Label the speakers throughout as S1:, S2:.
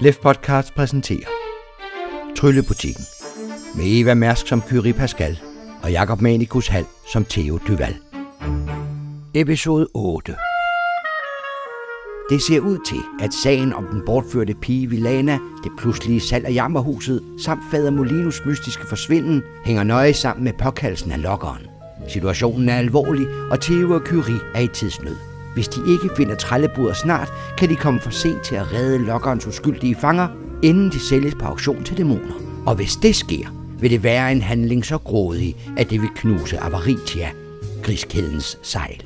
S1: Lef Podcast præsenterer Tryllebutikken med Eva Mærsk som Kyrie Pascal og Jakob Manikus Hal som Theo Duval. Episode 8 Det ser ud til, at sagen om den bortførte pige Vilana, det pludselige salg af Jammerhuset samt fader Molinos mystiske forsvinden hænger nøje sammen med påkaldelsen af lokkeren. Situationen er alvorlig, og Theo og Kyrie er i tidsnød. Hvis de ikke finder trællebuder snart, kan de komme for sent til at redde lokkerens uskyldige fanger, inden de sælges på auktion til dæmoner. Og hvis det sker, vil det være en handling så grådig, at det vil knuse Avaritia, griskædens sejl.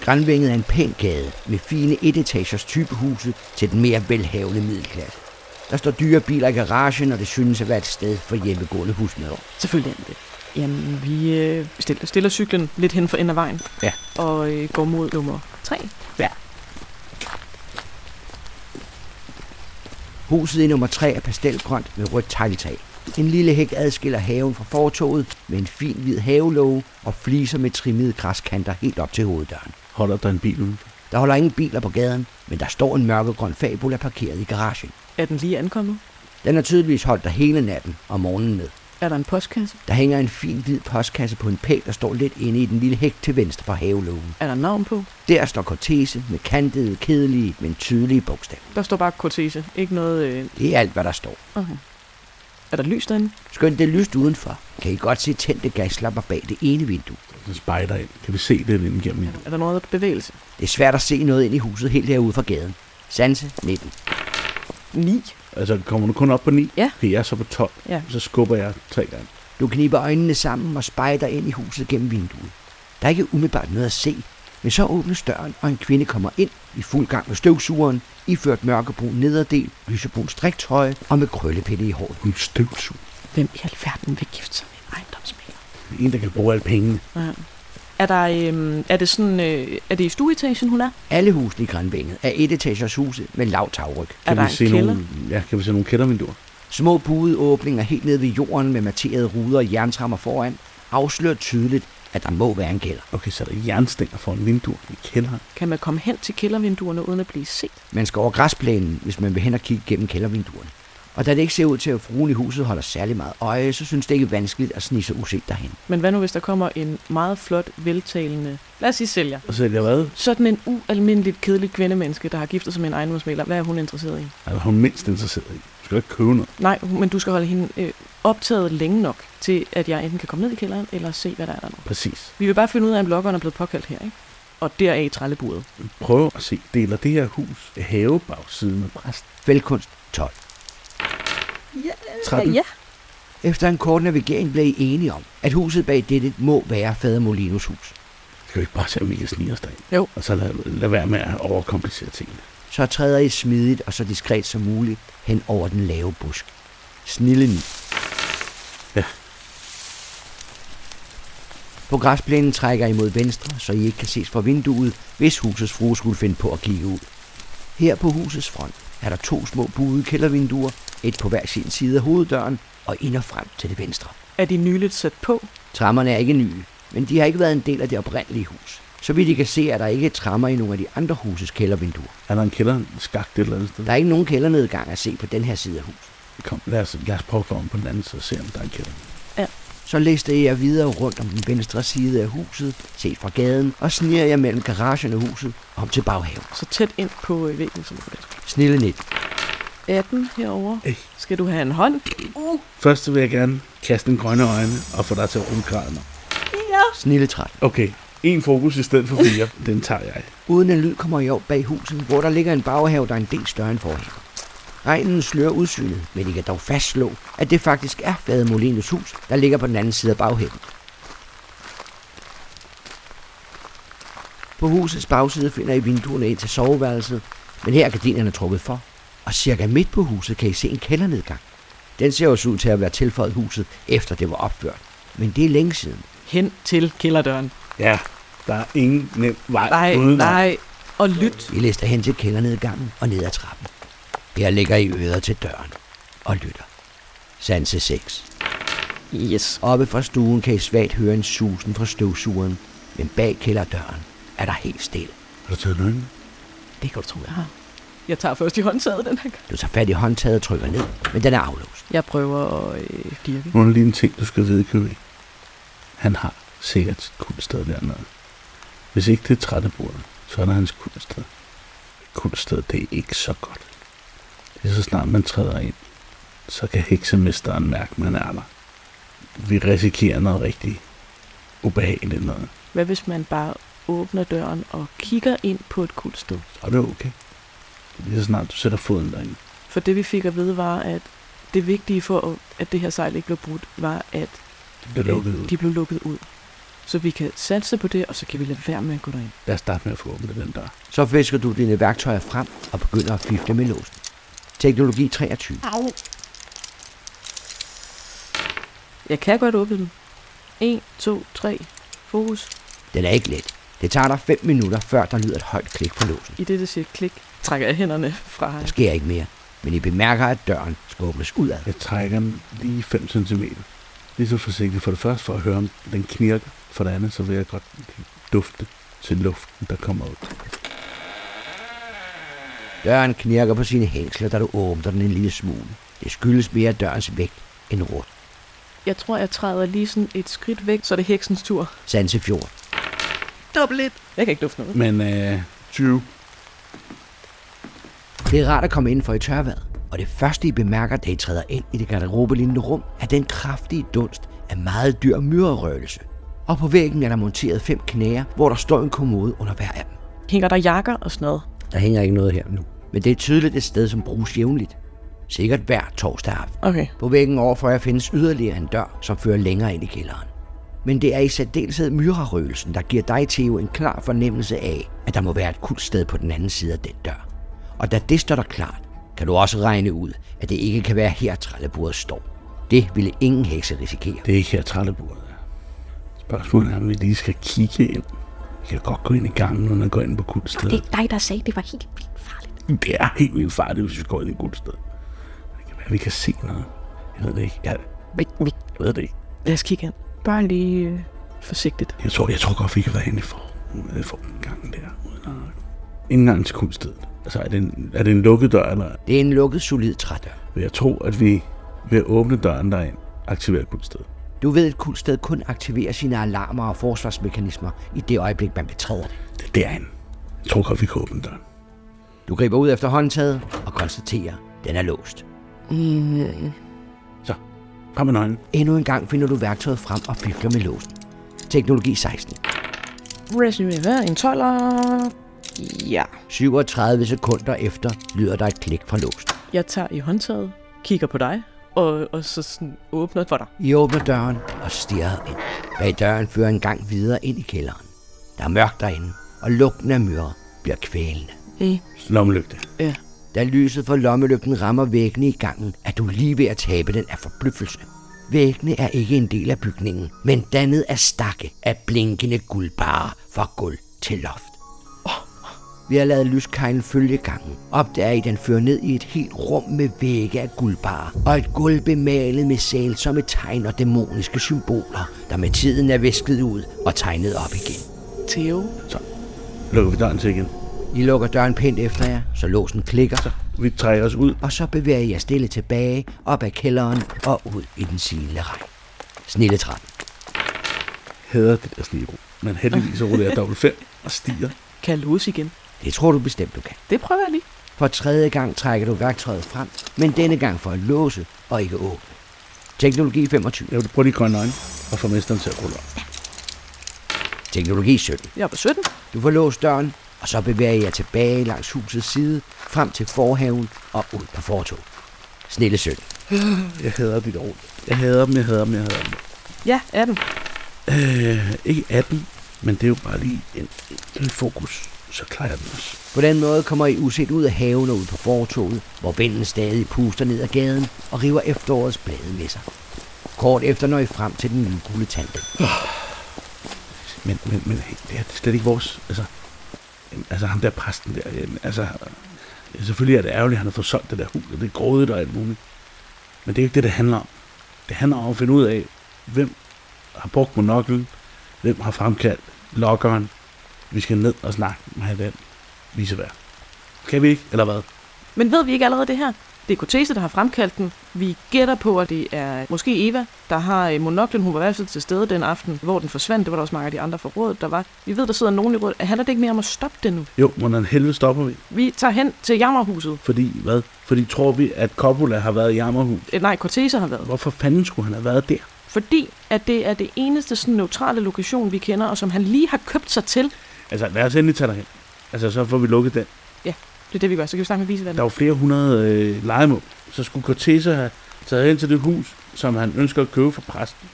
S1: Granvænget er en pæn gade med fine etagers typehuse til den mere velhavende middelklasse. Der står dyre biler i garagen, og det synes at være et sted for hjemmegående husmødre.
S2: Selvfølgelig er den det. Jamen, vi øh, stiller, stiller cyklen lidt hen for enden af vejen.
S1: Ja.
S2: Og øh, går mod nummer 3.
S1: Huset i nummer 3 er pastelgrønt med rødt tegltag. En lille hæk adskiller haven fra fortoget med en fin hvid havelåge og fliser med trimmede græskanter helt op til hoveddøren.
S3: holder der en bil ude.
S1: Der holder ingen biler på gaden, men der står en mørkegrøn fabula parkeret i garagen.
S2: Er den lige ankommet?
S1: Den er tydeligvis holdt der hele natten og morgenen med.
S2: Er der en postkasse?
S1: Der hænger en fin hvid postkasse på en pæl, der står lidt inde i den lille hæk til venstre for havelågen.
S2: Er der navn på?
S1: Der står Cortese med kantede, kedelige, men tydelige bogstaver.
S2: Der står bare Cortese. Ikke noget... Øh,
S1: Det er alt, hvad der står.
S2: okay. Er der lys derinde?
S1: Skønt det er lyst udenfor, kan I godt se tændte gaslapper bag det ene vindue.
S3: Den spejder ind. Kan vi se det ind gennem vinduet?
S2: Er der noget bevægelse?
S1: Det er svært at se noget ind i huset helt herude fra gaden. Sanse 19.
S2: 9.
S3: Altså, kommer du kun op på 9?
S2: Ja.
S3: Okay, jeg er så på 12.
S2: Ja.
S3: Så skubber jeg tre gange.
S1: Du kniber øjnene sammen og spejder ind i huset gennem vinduet. Der er ikke umiddelbart noget at se, men så åbnes døren, og en kvinde kommer ind i fuld gang med støvsugeren, iført mørkebrun nederdel, lysebrun striktrøje og med krøllepille i håret.
S3: Hun støvsug.
S2: Hvem i alverden vil gifte sig med en ejendomsmægler?
S3: En, der kan bruge alle pengene.
S2: Ja. Er, der, øh, er det sådan, øh, er det i stueetagen, hun er?
S1: Alle husene i Grænvænget er etagers huse med lav tagryg.
S2: Er
S3: Kan
S2: der
S3: vi
S2: en
S3: se
S2: kælder?
S3: nogle, ja, kan vi se nogle kældervinduer?
S1: Små budeåbninger helt ned ved jorden med materede ruder og jernrammer foran afslører tydeligt, at der må være en kælder.
S3: Okay, så er der jernstænger foran vinduer i kælderen.
S2: Kan man komme hen til kældervinduerne uden at blive set?
S1: Man skal over græsplænen, hvis man vil hen og kigge gennem kældervinduerne. Og da det ikke ser ud til, at fruen i huset holder særlig meget øje, så synes det ikke vanskeligt at snige sig uset derhen.
S2: Men hvad nu, hvis der kommer en meget flot, veltalende... Lad os sige sælger.
S3: Og så er jeg hvad?
S2: Sådan en ualmindeligt kedelig kvindemenneske, der har giftet sig med en ejendomsmægler, hvad er hun interesseret i?
S3: Altså, hun er mindst interesseret i. Du skal ikke købe noget.
S2: Nej, men du skal holde hende øh, optaget længe nok til, at jeg enten kan komme ned i kælderen, eller se, hvad der er der nu.
S3: Præcis.
S2: Vi vil bare finde ud af, om blokkeren er blevet påkaldt her, ikke? Og deraf trælleburet.
S3: Prøv at se. Deler det her hus havebagsiden med præst?
S1: Fældkunst 12.
S3: 13?
S2: Øh, Ja.
S1: Efter en kort navigering blev I enige om, at huset bag dette må være Fader Molinos hus.
S3: Skal vi ikke bare se, om vi kan snige os derind?
S2: Jo.
S3: Og så lad, lad være med at overkomplicere tingene.
S1: Så træder I smidigt og så diskret som muligt hen over den lave busk. Snille ni.
S3: Ja.
S1: På græsplænen trækker I mod venstre, så I ikke kan ses fra vinduet, hvis husets frue skulle finde på at kigge ud. Her på husets front er der to små buede kældervinduer, et på hver sin side af hoveddøren og ind og frem til det venstre.
S2: Er de nyligt sat på?
S1: Trammerne er ikke nye, men de har ikke været en del af det oprindelige hus. Så vidt I kan se, er der ikke trammer i nogle af de andre huses kældervinduer.
S3: Er der en kælder, en skagt et eller andet sted?
S1: Der er ikke nogen kældernedgang at se på den her side af huset.
S3: Kom, lad os, lad os prøve at komme om på den anden side og se, om der er en kælder.
S1: Så læste jeg videre rundt om den venstre side af huset, set fra gaden, og sniger jeg mellem garagen og huset om til baghaven.
S2: Så tæt ind på øh, væggen som muligt.
S1: Snille net.
S2: 18 herover.
S3: Ej.
S2: Skal du have en hånd?
S3: Først vil jeg gerne kaste den grønne øjne og få dig til at rulle graden op.
S1: Snille træt.
S3: Okay, en fokus i stedet for fire. den tager jeg.
S1: Uden en lyd kommer jeg op bag huset, hvor der ligger en baghave, der er en del større end forhaven. Regnen slører udsynet, men I kan dog fastslå, at det faktisk er Fade Molines hus, der ligger på den anden side af baghaven. På husets bagside finder I vinduerne ind til soveværelset, men her er gardinerne trukket for, og cirka midt på huset kan I se en kældernedgang. Den ser også ud til at være tilføjet huset, efter det var opført. Men det er længe siden.
S2: Hen til kælderdøren.
S3: Ja, der er ingen nem vej
S2: Nej,
S3: udenom.
S2: nej. Og lyt.
S1: Vi lister hen til kældernedgangen og ned ad trappen. Her ligger I øder til døren og lytter. Sanse 6.
S2: Yes.
S1: Oppe fra stuen kan I svagt høre en susen fra støvsugeren, men bag kælderdøren er der helt stille.
S3: Har du taget nøglen?
S2: Det kan du tro, jeg har. Jeg tager først i håndtaget den her gang.
S1: Du tager fat i håndtaget og trykker ned, men den er aflåst.
S2: Jeg prøver at øh, dirke.
S3: Nu er der lige en ting, du skal vide, Købe. Han har sikkert sit kunststed dernede. Hvis ikke det er trættebordet, så er der hans kunststed. Kunststed, det er ikke så godt. Det er så snart man træder ind, så kan heksemesteren mærke, man er der. Vi risikerer noget rigtig ubehageligt noget.
S2: Hvad hvis man bare åbner døren og kigger ind på et kuldsted?
S3: Så er det okay. Lige så snart du sætter foden derinde.
S2: For det vi fik at vide var, at det vigtige for, at det her sejl ikke blev brudt, var, at
S3: Det er lukket ud.
S2: de blev lukket ud. Så vi kan satse på det, og så kan vi lade være med at gå derind.
S3: Lad os starte med at få åbnet den dør.
S1: Så fisker du dine værktøjer frem og begynder at fifte med låsen. Teknologi 23.
S2: Jeg kan godt åbne den. 1, 2, 3. Fokus.
S1: Den er ikke let. Det tager dig 5 minutter, før der lyder et højt klik på låsen.
S2: I det, der siger klik, trækker jeg hænderne fra.
S1: Der sker ikke mere, men I bemærker, at døren skal åbnes udad.
S3: Jeg trækker den lige 5 cm. Lige så forsigtigt for det første, for at høre, om den knirker. For det andet, så vil jeg godt dufte til luften, der kommer ud.
S1: Døren knirker på sine hængsler, da du åbner den en lille smule. Det skyldes mere dørens vægt end rut.
S2: Jeg tror, jeg træder lige sådan et skridt væk, så er det heksens tur.
S1: Sanse 14.
S2: Dobbelt lidt. Jeg kan ikke dufte noget.
S3: Men øh, 20.
S1: Det er rart at komme ind for i tørværet, og det første I bemærker, da I træder ind i det garderobelignende rum, er den kraftige dunst af meget dyr myrerøgelse. Og på væggen er der monteret fem knæer, hvor der står en kommode under hver af dem.
S2: Hænger der jakker og sådan noget?
S1: Der hænger ikke noget her nu, men det er tydeligt et sted, som bruges jævnligt. Sikkert hver torsdag aften.
S2: Okay.
S1: På væggen overfor jer findes yderligere en dør, som fører længere ind i kælderen. Men det er i særdeleshed myrerøgelsen, der giver dig, Theo, en klar fornemmelse af, at der må være et kultsted på den anden side af den dør. Og da det står der klart, kan du også regne ud, at det ikke kan være her, trællebordet står. Det ville ingen hekse risikere.
S3: Det er ikke her trællebordet er. Spørgsmålet er, om vi lige skal kigge ind. Vi kan godt gå ind i gangen, uden at gå ind på
S4: Det
S3: guldstedet.
S4: er dig, der sagde, det var helt vildt farligt.
S3: Det er helt vildt farligt, hvis vi går ind i guldstedet. Det kan være, vi kan se noget. Jeg ved det ikke. Jeg, jeg ved det ikke.
S2: Lad os kigge ind. Bare lige øh, forsigtigt.
S3: Jeg tror, jeg tror godt, vi kan være inde i for, øh, for gangen der. Uden at... Indgangen til kunststedet. Altså, er det, en, er det en lukket dør, eller
S1: Det er en lukket, solid trædør.
S3: vil jeg tro, at vi ved at åbne døren derind, aktiverer kunststedet?
S1: Du ved, at kultsted kun aktiverer sine alarmer og forsvarsmekanismer i det øjeblik, man betræder det.
S3: Det er derinde. Jeg tror godt, vi kan åbne døren.
S1: Du griber ud efter håndtaget og konstaterer, at den er låst.
S3: Så, kom med nøglen.
S1: Endnu en gang finder du værktøjet frem og fifler med låsen. Teknologi 16.
S2: Resume hvad? En toller? Ja.
S1: 37 sekunder efter lyder der et klik fra låsen.
S2: Jeg tager i håndtaget, kigger på dig, og, og så sådan åbner for dig.
S1: I åbner døren og stiger ind. Bag døren fører en gang videre ind i kælderen. Der er mørkt derinde, og lugten af myrer bliver kvælende.
S2: Øh,
S3: Lommelygte.
S2: ja.
S1: Da lyset fra lommelygten rammer væggene i gangen, er du lige ved at tabe den af forbløffelse. Væggene er ikke en del af bygningen, men dannet af stakke af blinkende guldbarer fra gulv til loft. Vi har lavet lyskejlen følge gangen. Opdager I, den fører ned i et helt rum med vægge af guldbarer, og et gulv bemalet med sælsomme tegn og dæmoniske symboler, der med tiden er væsket ud og tegnet op igen.
S2: Theo.
S3: Så, lukker vi døren til igen.
S1: I lukker døren pænt efter jer, så låsen klikker,
S3: Vi trækker os ud.
S1: og så bevæger jeg stille tilbage op ad kælderen og ud i den silende regn. Snille 13.
S3: Hader det der snero. Men heldigvis så ruller jeg dobbelt fem og stiger.
S2: Kan jeg låse igen?
S1: Det tror du bestemt, du kan.
S2: Det prøver jeg lige.
S1: For tredje gang trækker du værktøjet frem, men denne gang for at låse og ikke åbne. Teknologi 25.
S3: Jeg vil prøve de grønne øjne og få mesteren til at rulle op.
S1: Teknologi 17.
S2: Jeg er på 17.
S1: Du får låst døren, og så bevæger jeg tilbage langs husets side, frem til forhaven og ud på fortoget. Snille 17.
S3: Jeg hader de der ruller. Jeg hader dem, jeg hader dem, jeg hader dem.
S2: Ja, 18.
S3: Øh, ikke 18, men det er jo bare lige en, en lille fokus. Så klarer jeg den også.
S1: På den måde kommer I uset ud af haven og ud på fortoget, hvor vinden stadig puster ned ad gaden og river efterårets blade med sig. Kort efter når I frem til den nye gule tante.
S3: Men, men, men hey, det, er, det er slet ikke vores... Altså, jamen, altså ham der præsten der. Jamen, altså, ja, selvfølgelig er det ærgerligt, at han har fået solgt det der hus, og det er grådigt og alt muligt. Men det er jo ikke det, det handler om. Det handler om at finde ud af, hvem har brugt monoklen, Hvem har fremkaldt lokkeren? Vi skal ned og snakke med den visevær. Kan vi ikke, eller hvad?
S2: Men ved vi ikke allerede det her? Det er Cortese, der har fremkaldt den. Vi gætter på, at det er måske Eva, der har øh, monoklen. Hun var i hvert fald til stede den aften, hvor den forsvandt. Det var der også mange af de andre fra rådet, der var. Vi ved, der sidder nogen i rådet. Handler det ikke mere om at stoppe den nu?
S3: Jo, hvordan helvede stopper vi?
S2: Vi tager hen til Jammerhuset.
S3: Fordi hvad? Fordi tror vi, at Coppola har været i Jammerhus?
S2: Eh, nej, Cortese har været.
S3: Hvorfor fanden skulle han have været der?
S2: Fordi at det er det eneste sådan neutrale lokation, vi kender, og som han lige har købt sig til.
S3: Altså, lad os endelig tage derhen. Altså, så får vi lukket den.
S2: Det er det, vi gør. Så kan vi snakke med visevandet.
S3: Der var flere hundrede øh, legemål. Så skulle Cortese have taget hen til det hus, som han ønsker at købe for præsten,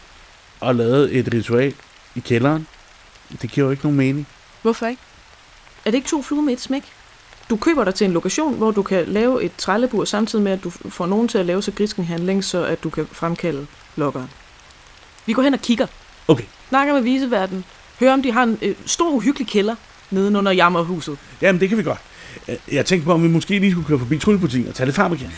S3: og lavet et ritual i kælderen. Det giver jo ikke nogen mening.
S2: Hvorfor ikke? Er det ikke to fluer med et smæk? Du køber dig til en lokation, hvor du kan lave et trællebur, samtidig med, at du får nogen til at lave så grisken handling, så at du kan fremkalde lokkeren. Vi går hen og kigger.
S3: Okay.
S2: Snakker med viseverden. Hører, om de har en øh, stor, uhyggelig kælder nedenunder jammerhuset.
S3: Jamen, det kan vi godt. Øh, Jeg tænkte på, om vi måske lige skulle køre forbi tryllebutikken og tage lidt farmakan. Jeg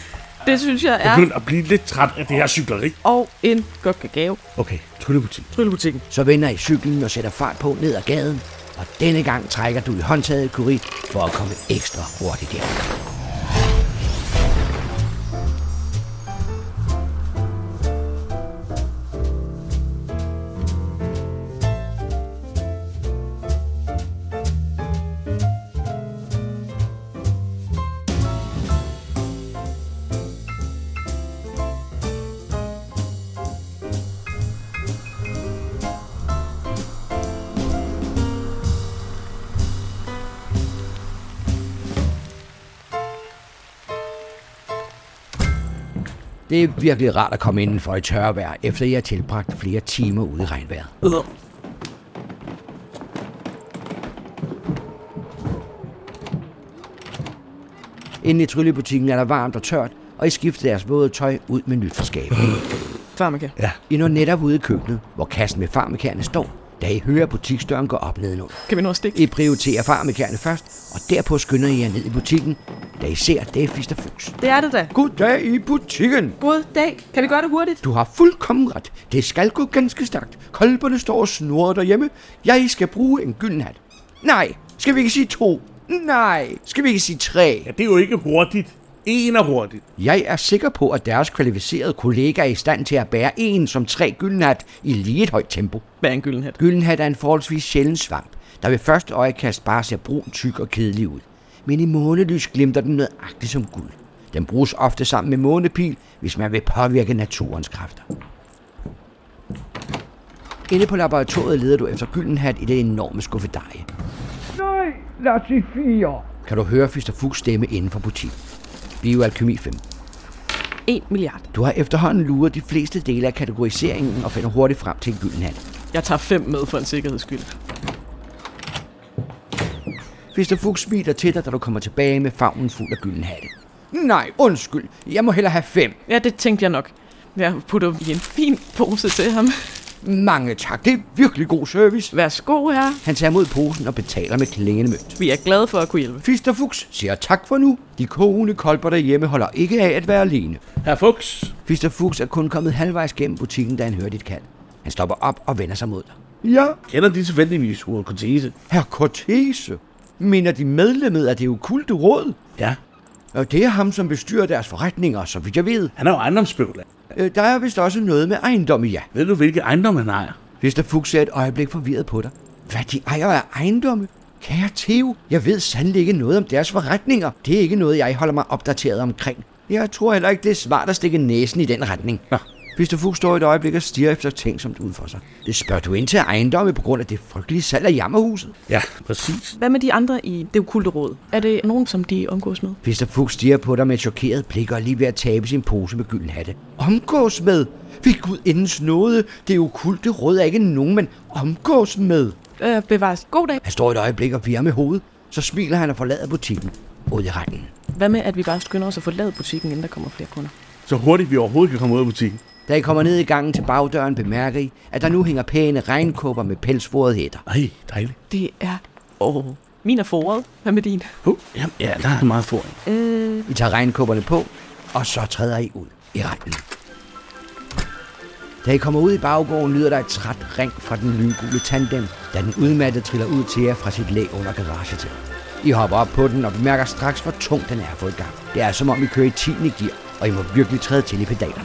S2: Det synes jeg
S3: er
S2: er.
S3: begyndt at blive lidt træt af det her cykleri.
S2: Og en godt kakao.
S3: Okay, tryllebutik.
S2: Tryllebutikken.
S1: Så vender I cyklen og sætter fart på ned ad gaden, og denne gang trækker du i håndtaget, Curie, for at komme ekstra hurtigt hjem. Det er virkelig rart at komme indenfor i tørre vejr, efter I har tilbragt flere timer ude i regnvejret. Inde i tryllebutikken er der varmt og tørt, og I skifter jeres våde tøj ud med nyt fra skabet.
S2: Farmaka.
S1: I når netop ude i køkkenet, hvor kassen med farmakærne står, da I hører butiksdøren gå op nedenunder.
S2: Kan vi nå at stikke?
S1: I prioriterer farmakærne først, og derpå skynder I jer ned i butikken, da I ser det fister fus.
S2: Det er det da.
S1: Goddag i butikken!
S2: God dag. Kan vi gøre det hurtigt?
S1: Du har fuldkommen ret. Det skal gå ganske stærkt. Kolberne står og snurrer derhjemme. Jeg skal bruge en gylden hat. Nej, skal vi ikke sige to? Nej, skal vi ikke sige tre?
S3: Ja, det er jo ikke hurtigt. En er hurtigt.
S1: Jeg er sikker på, at deres kvalificerede kollega er i stand til at bære en som tre gyldenhat i lige et højt tempo.
S2: Hvad er en gylden hat?
S1: Gyldenhat er en forholdsvis sjælden svamp, der ved første øjekast bare ser brun, tyk og kedelig ud. Men i månelys glimter den nøjagtigt som guld. Den bruges ofte sammen med månepil, hvis man vil påvirke naturens kræfter. Inde på laboratoriet leder du efter Gyldenhat i det enorme skuffedej.
S5: Nej, lad os sige fire.
S1: Kan du høre Fister Fuchs stemme inden for butikken. Bioalkemi 5.
S2: En milliard.
S1: Du har efterhånden luret de fleste dele af kategoriseringen og finder hurtigt frem til en Gyldenhat.
S2: Jeg tager fem med for en sikkerheds skyld.
S1: Fister Fuchs smiler til dig, da du kommer tilbage med favnen fuld af Gyldenhatte. Nej, undskyld. Jeg må hellere have fem.
S2: Ja, det tænkte jeg nok. Jeg putter dem i en fin pose til ham.
S1: Mange tak, det er virkelig god service.
S2: Værsgo her.
S1: Han tager imod posen og betaler med klingende mønt.
S2: Vi er glade for at kunne hjælpe.
S1: Fister Fuchs siger tak for nu. De kogende kolber derhjemme holder ikke af at være alene.
S3: Herr Fuchs.
S1: Fister Fuchs er kun kommet halvvejs gennem butikken, da han hører dit kald. Han stopper op og vender sig mod dig. Ja,
S3: Kender de tilfældigvis ordet Cortese?
S1: herr Cortese. Mener de medlemmet af det okulte råd?
S3: Ja.
S1: Og det er ham, som bestyrer deres forretninger, så vidt jeg ved.
S3: Han er jo ejendomsspekulant.
S1: Øh, Der er vist også noget med ejendom i ja.
S3: Ved du, hvilke ejendomme han ejer?
S1: Mr. Fuchs ser et øjeblik forvirret på dig. Hvad de ejer af ejendomme? Kære Theo, jeg ved sandelig ikke noget om deres forretninger. Det er ikke noget, jeg holder mig opdateret omkring. Jeg tror heller ikke, det er smart at stikke næsen i den retning.
S3: Nå.
S1: Mr. Fuchs står et øjeblik og stiger efter ting, som du udfor sig. Det spørger du ind til ejendomme på grund af det frygtelige salg af jammerhuset.
S3: Ja, præcis.
S2: Hvad med de andre i det okulte råd? Er det nogen, som de omgås med?
S1: Mr. Fuchs stiger på dig med et chokeret blik og er lige ved at tabe sin pose med gylden hatte. Omgås med? Ved Gud indens nåde, det okulte råd er ikke nogen, man omgås med.
S2: Øh, bevares. God dag.
S1: Han står et øjeblik og virrer med hovedet, så smiler han og forlader butikken ud i regnen.
S2: Hvad med, at vi bare skynder os at forlade butikken, inden der kommer flere kunder?
S3: Så hurtigt vi overhovedet kan komme ud af butikken.
S1: Da I kommer ned i gangen til bagdøren, bemærker I, at der nu hænger pæne regnkåber med pelsforede hætter.
S3: Ej, dejligt.
S2: Det er... Åh. Oh. Min er foråret. Hvad med din?
S3: Uh, jamen, ja, der er meget foran.
S1: I tager regnkåberne på, og så træder I ud i regnen. Da I kommer ud i baggården, lyder der et træt ring fra den lyngule tandem, da den udmattede triller ud til jer fra sit læ under garagetæet. I hopper op på den og bemærker straks, hvor tung den er at få i gang. Det er som om I kører i 10. gear, og I må virkelig træde til i pedalerne.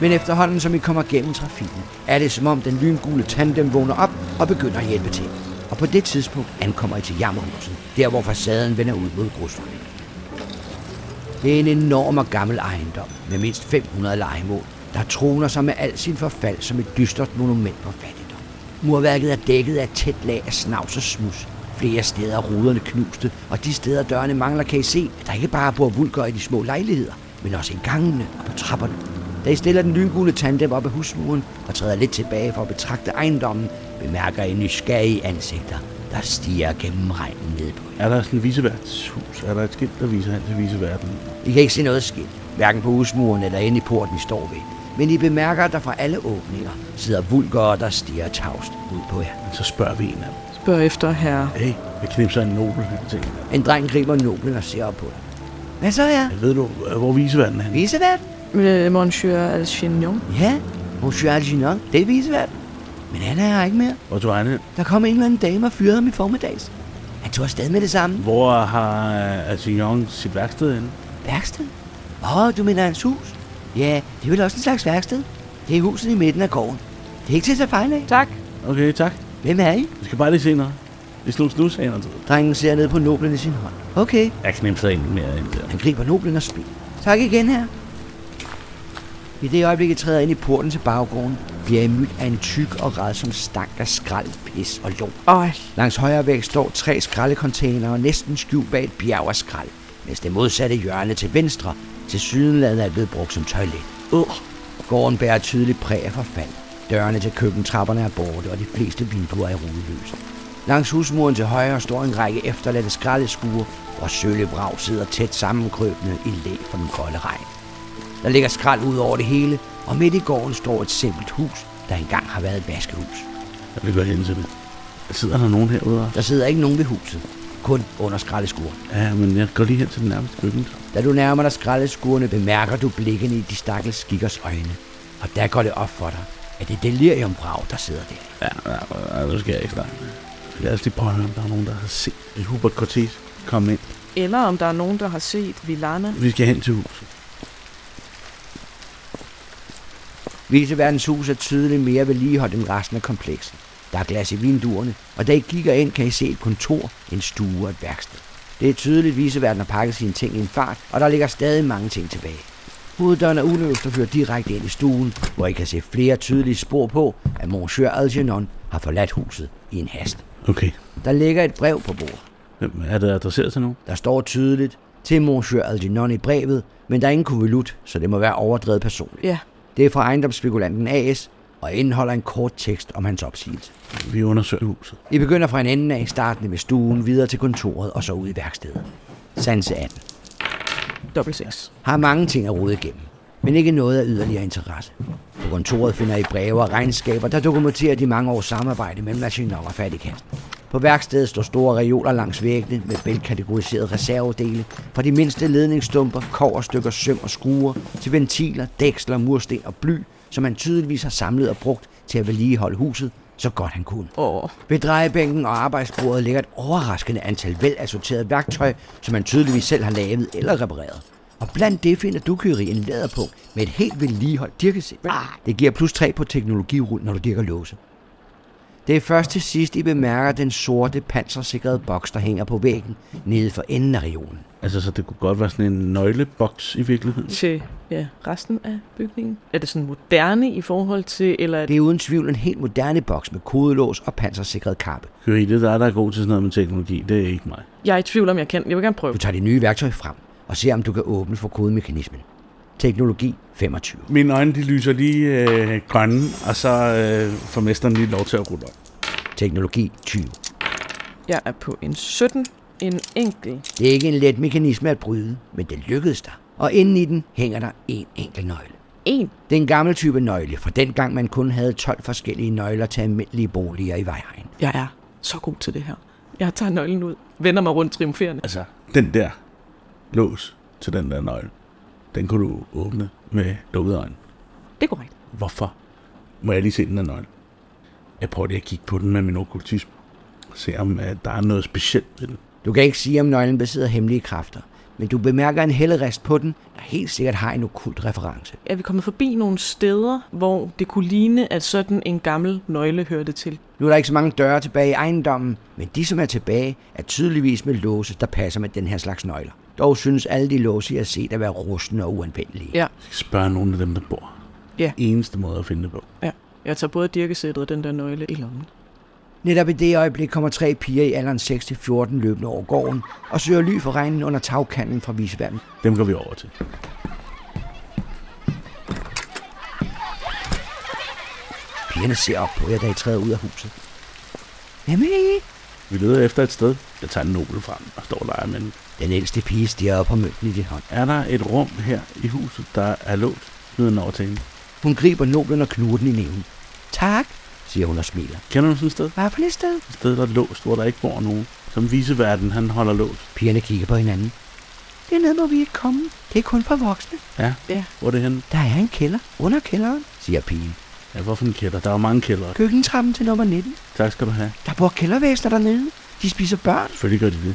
S1: Men efterhånden som I kommer gennem trafikken, er det som om den lyngule tandem vågner op og begynder at hjælpe til. Og på det tidspunkt ankommer I til Jammerhuset, der hvor facaden vender ud mod grusvejen. Det er en enorm og gammel ejendom med mindst 500 legemål, der troner sig med al sin forfald som et dystert monument på fattigdom. Murværket er dækket af et tæt lag af snavs og smus. Flere steder er ruderne knuste, og de steder dørene mangler kan I se, at der ikke bare bor vulker i de små lejligheder, men også i gangene og på trapperne. Da I stiller den lyngule tandem op ad husmuren og træder lidt tilbage for at betragte ejendommen, bemærker I nysgerrige ansigter, der stiger gennem regnen ned på jer.
S3: Er der sådan et viseværtshus? Er der et skilt, der viser hen til viseverden?
S1: I kan ikke se noget skilt, hverken på husmuren eller inde i porten, I står ved. Men I bemærker, at der fra alle åbninger sidder vulgere, der stiger tavst ud på jer.
S3: Men så spørger vi en af dem.
S2: Spørg efter herre.
S3: Hey, jeg knipser en nobel her til. en af dem.
S1: En dreng griber noblen og ser op på dig. Hvad så, ja?
S3: Ved du, øh, hvor viseverden er henne?
S1: Visevært?
S2: Øh, Monsieur Alchignon.
S1: Ja, Monsieur Alginon, det er visevært. Men han er her ikke mere.
S3: Hvor tog han hen?
S1: Der kom en eller anden dame og fyrede ham i formiddags. Han tog afsted med det samme.
S3: Hvor har øh, Assignon sit værksted henne?
S1: Værksted? Åh, du mener hans hus? Ja, det er vel også en slags værksted. Det er huset i midten af gården. Det er ikke til at tage fejl af.
S2: Tak.
S3: Okay, tak.
S1: Hvem er I?
S3: Vi skal bare lige se noget. Det slog snus hen og sådan.
S1: Drengen ser ned på noblen i sin hånd. Okay,
S3: Jeg knipser en mere end der.
S1: Han griber noblen og spil. Tak igen her. I det øjeblik, I træder ind i porten til baggården, bliver I mødt af en tyk og redsom stank af skrald, pis og lort.
S2: Øj,
S1: Langs højre væg står tre skraldecontainere næsten skjult bag et bjerg af skrald, mens det modsatte hjørne til venstre til sydenlandet er blevet brugt som toilet. Øh. Gården bærer tydeligt præg af forfald. Dørene til køkkentrapperne er borte, og de fleste vinduer er rudeløse. Langs husmuren til højre står en række efterladte skraldeskure, hvor sølvbrag sidder tæt sammenkrøbende i læ for den kolde regn. Der ligger skrald ud over det hele, og midt i gården står et simpelt hus, der engang har været et vaskehus.
S3: Jeg vil gå hen til det. Sidder der nogen herude?
S1: Der sidder ikke nogen ved huset, kun under skraldeskuren.
S3: Ja, men jeg går lige hen til den nærmeste køkken.
S1: Da du nærmer dig skraldeskurene, bemærker du blikkene i de stakkels skikkers øjne. Og der går det op for dig, at det er deliriumbrag, der sidder der.
S3: Ja, ja, ja, nu skal jeg ikke snakke. Lad os lige prøve at høre, om der er nogen, der har set at Hubert Cortés komme ind.
S2: eller om der er nogen, der har set Vilana.
S3: Vi skal hen til huset.
S1: Viseverdens hus er tydeligt mere vedligeholdt end resten af komplekset. Der er glas i vinduerne, og da I kigger ind, kan I se et kontor, en stue og et værksted. Det er tydeligt, at viseverden har pakket sine ting i en fart, og der ligger stadig mange ting tilbage. Hoveddøren er uløst og fører direkte ind i stuen, hvor I kan se flere tydelige spor på, at Monsieur Algernon har forladt huset i en hast.
S3: Okay.
S1: Der ligger et brev på bordet.
S3: Hvem er det adresseret til nogen?
S1: Der står tydeligt til Monsieur Algernon i brevet, men der er ingen kuvelut, så det må være overdrevet personligt.
S2: Ja,
S1: Det er fra ejendomsspekulanten AS og indeholder en kort tekst om hans opsigelse.
S3: Vi undersøger huset.
S1: I begynder fra en ende af, startende med stuen, videre til kontoret og så ud i værkstedet. Sanse 18.
S2: dobbelt seks.
S1: har mange ting at rode igennem, men ikke noget af yderligere interesse. På kontoret finder I breve og regnskaber, der dokumenterer de mange års samarbejde mellem Machinon og Fattigkassen. På værkstedet står store reoler langs væggene med velkategoriserede reservedele, fra de mindste ledningsstumper, koverstykker, søm og skruer, til ventiler, dæksler, mursten og bly, som han tydeligvis har samlet og brugt til at vedligeholde huset, så godt han kunne.
S2: Åh,
S1: Ved drejebænken og arbejdsbordet ligger et overraskende antal velassorteret værktøj, som man tydeligvis selv har lavet eller repareret. Og blandt det finder du, Kyrie, en læderpung med et helt vedligeholdt dirkesæt. Det giver plus 3 på teknologirul, når du dirker låse. Det er først til sidst, I bemærker den sorte, pansersikrede boks, der hænger på væggen nede for enden af regionen.
S3: Altså, så det kunne godt være sådan en nøgleboks i virkeligheden.
S2: til ja, resten af bygningen. Er det sådan moderne i forhold til, eller er
S1: Det
S2: det...
S1: er uden tvivl en helt moderne boks med kodelås og pansersikret kappe.
S3: Kører I det, der er der er god til sådan noget med teknologi? Det er ikke mig.
S2: jeg er i tvivl om, jeg kan. Jeg vil gerne prøve.
S1: Du tager det nye værktøj frem og ser, om du kan åbne for kodemekanismen. Teknologi 25.
S3: Mine øjne, de lyser lige øh, grønne, og så øh, får mesteren lige lov til at rulle op.
S1: Teknologi 20.
S2: Jeg er på en 17, en enkelt.
S1: Det er ikke en let mekanisme at bryde, men det lykkedes dig. Og inden i den hænger der en enkelt nøgle.
S2: en.
S1: Det er en gammel type nøgle, fra dengang man kun havde 12 forskellige nøgler til almindelige boliger i Vejhegn.
S2: Jeg er så god til det her. Jeg tager nøglen ud, vender mig rundt triumferende.
S3: Altså, den der lås til den der nøgle, den kunne du åbne med lukkede øjne.
S2: Det er korrekt.
S3: Hvorfor? Må jeg lige se den der nøgle? Jeg prøver lige at kigge på den med min okkultisme. Se om at der er noget specielt ved den.
S1: Du kan ikke sige, om nøglen besidder hemmelige kræfter, men du bemærker en hellerest på den, der helt sikkert har en okult reference.
S2: Er vi kommet forbi nogle steder, hvor det kunne ligne, at sådan en gammel nøgle hørte til?
S1: Nu er der ikke så mange døre tilbage i ejendommen, men de, som er tilbage, er tydeligvis med låse, der passer med den her slags nøgler. Dog synes alle de låse, jeg har set, at være rustne og uanvendelige.
S2: Ja.
S3: Jeg skal spørge nogen af dem, der bor.
S2: Ja.
S3: Eneste måde at finde det på.
S2: Ja. Jeg tager både dirkesættet og den der nøgle i lommen.
S1: Netop i det øjeblik kommer tre piger i alderen 6-14 løbende over gården og søger ly for regnen under tagkanten fra visevanden.
S3: Dem går vi over til.
S1: Pigerne ser op på jer, da I træder ud af huset. Hvem er I?
S3: Vi leder efter et sted. Jeg tager en nobel frem og står og leger med den.
S1: Den ældste pige stiger op på mønten i din hånd.
S3: Er der et rum her i huset, der er låst? Lyder den over til hende.
S1: Hun griber noblen og knuger den i næven. Tak, siger hun og smiler.
S3: Kender du sådan et sted?
S1: Hvad for et sted?
S3: Et sted, der er låst, hvor der ikke bor nogen. Som viseverden, han holder låst.
S1: Pigerne kigger på hinanden. Dernede må vi ikke komme. Det er kun for voksne.
S3: Ja.
S2: Ja.
S3: Hvor er det henne?
S1: Der er en kælder under kælderen, siger pigen.
S3: Ja, hvorfor en kælder? Der er jo mange kældere.
S1: Køkkentrappen til nummer 19.
S3: Tak skal du have.
S1: Der bor kældervæsner dernede. De spiser børn.
S3: Selvfølgelig gør de det.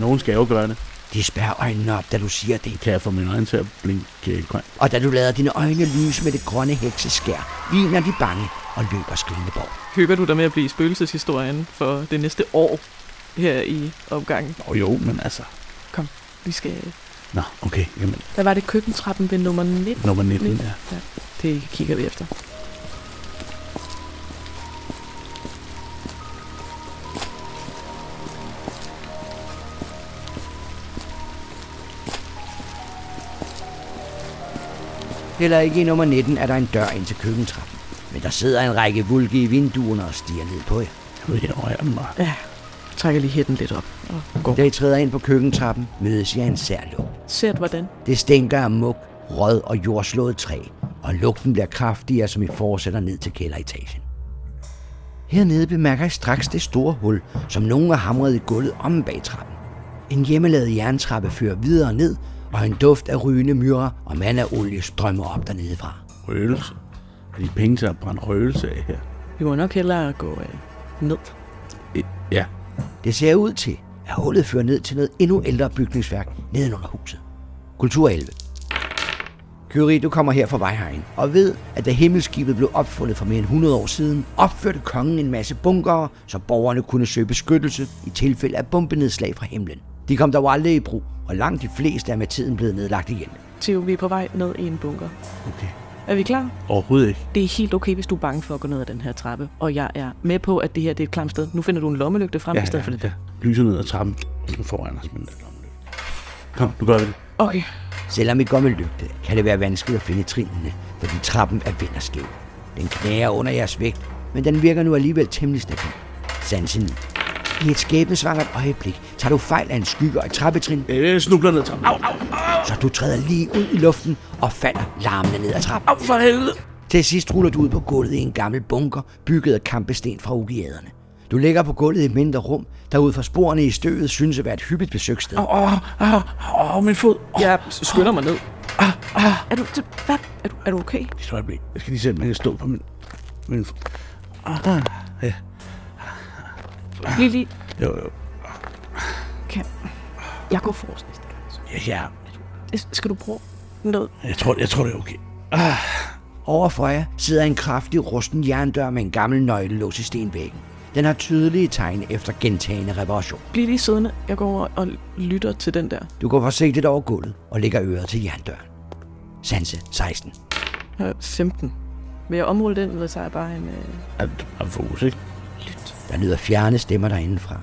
S3: Nogen skal jo gøre det.
S1: De spærrer øjnene op, da du siger det.
S3: Kan jeg få mine øjne til at blinke øh, grønt?
S1: Og da du lader dine øjne lyse med det grønne hekseskær, viner de bange og løber skrigende bort.
S2: Hygger du dig med at blive spøgelseshistorien for det næste år her i opgangen?
S3: Nå jo, men altså.
S2: Kom, vi skal...
S3: Nå, okay. Jamen,
S2: Hvad var det køkkentrappen ved nummer 19?
S3: nummer 19 er.
S2: Ja, det kigger vi efter.
S1: Heller ikke i nummer 19 er der en dør ind til køkkentrappen. Men der sidder en række vulke i vinduerne og stiger ned på jer.
S3: Jeg ved ikke, hvor er den var.
S2: Ja, trækker lige hætten lidt op og går.
S1: Da I træder ind på køkkentrappen, mødes I af en særlugt.
S2: Sæt hvordan?
S1: Det stinker af mug, rød og jordslået træ, og lugten bliver kraftigere, som I fortsætter ned til kælderetagen. Hernede bemærker I straks det store hul, som nogen har hamret i gulvet om bag trappen. En hjemmelavet jerntrappe fører videre ned, og en duft af rygende myrer og mandaolie strømmer op dernede fra.
S3: Røgelse. Har de penge til at brænde røgelse af her?
S2: Vi må nok hellere gå øh, ned.
S3: Øh, Ja.
S1: Det ser ud til, at hullet fører ned til noget endnu ældre bygningsværk nedenunder huset. Kultur 11. Kyrie, du kommer her fra Vejhegn og ved, at da himmelskibet blev opfundet for mere end 100 år siden, opførte kongen en masse bunkere, så borgerne kunne søge beskyttelse i tilfælde af bombenedslag fra himlen. De kom dog aldrig i brug, og langt de fleste er med tiden blevet nedlagt igen.
S2: Theo, vi er på vej ned i en bunker.
S3: Okay.
S2: Er vi klar?
S3: Overhovedet ikke.
S2: Det er helt okay, hvis du er bange for at gå ned ad den her trappe. Og jeg er med på, at det her det er et klamt sted. Nu finder du en lommelygte frem ja, i stedet for det der.
S3: Lyser ned ad trappen. Nu foran os med den der lommelygte. Kom, nu gør vi det.
S2: Okay,
S1: Selvom I går med lygte, kan det være vanskeligt at finde trinene, fordi trappen er vinderskæv. Den knager under jeres vægt, men den virker nu alligevel temmelig stabil. Sansen. I et skæbnesvangert øjeblik tager du fejl af en skygge og et trappetrin,
S3: Øh, Jeg snubler ned ad trappen. Au, au, au,
S1: så du træder lige ud i luften og falder larmende ned ad trappen.
S3: au, for helvede.
S1: Til sidst ruller du ud på gulvet i en gammel bunker, bygget af kampesten fra ugiaderne. Du ligger på gulvet i et mindre rum, der ud fra sporene i støvet synes at være et hyppigt besøgssted.
S3: Au, au, au, au, min fod. Au.
S2: jeg skynder mig ned. Er du, det- hvad? Er du, er du okay?
S3: Et øjeblik. Jeg skal lige se, om jeg kan stå på min... min fod. Ah, ja.
S2: Lige lige.
S3: Jo, jo.
S2: Kan. Jeg går forrest næste gang.
S3: Ja, ja.
S2: S- Skal du prøve noget?
S3: Jeg tror, jeg tror det er okay.
S1: Overfor jer sidder en kraftig rusten jerndør med en gammel nøglelås i stenvæggen. Den har tydelige tegn efter gentagende reparation.
S2: Bliv lige siddende. Jeg går over og lytter til den der.
S1: Du går forsigtigt over gulvet og lægger øret til jerndøren. Sanse 16.
S2: Øh, 15. Vil jeg omrulle den, eller tager jeg bare en... Øh...
S3: Er du har fokus, ikke?
S1: Der lyder fjerne stemmer derindefra.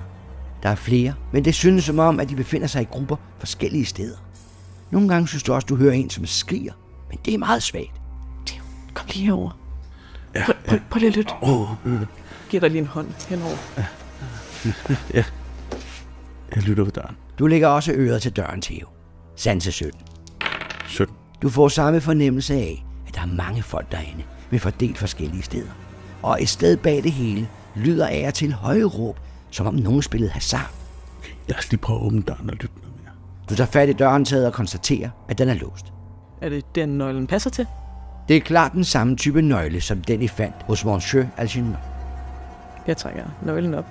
S1: Der er flere, men det synes som om, at de befinder sig i grupper forskellige steder. Nogle gange synes du også, du hører en, som skriger, men det er meget svagt.
S2: Theo, kom lige herover. Ja, mm. prøv, prøv, prøv lige at lytte.
S3: Åh, oh,
S2: Giv dig lige en hånd henover.
S3: jeg lytter ved døren.
S1: Du lægger også øret til døren til Sanse 17.
S3: 17.
S1: Du får samme fornemmelse af, at Der er mange folk derinde, men fordelt forskellige steder. Og et sted bag det hele lyder af og til høje råb, som om nogen spillede hasard.
S3: Lad os lige prøve at åbne døren og lytte noget mere.
S1: Du tager fat i dørhåndtaget og konstaterer, at den er låst.
S2: Er det den, nøglen passer til?
S1: Det er klart den samme type nøgle, som den I fandt hos Monsieur Algernon.
S2: Jeg trækker nøglen op.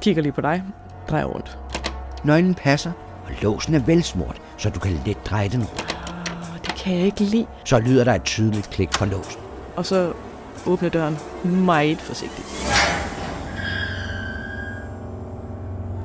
S2: Kigger lige på dig. Drejer rundt.
S1: Nøglen passer, og låsen er velsmurt, så du kan let dreje den rundt.
S2: Og det kan jeg ikke lide.
S1: Så lyder der et tydeligt klik fra låsen.
S2: Og så åbner døren meget forsigtigt.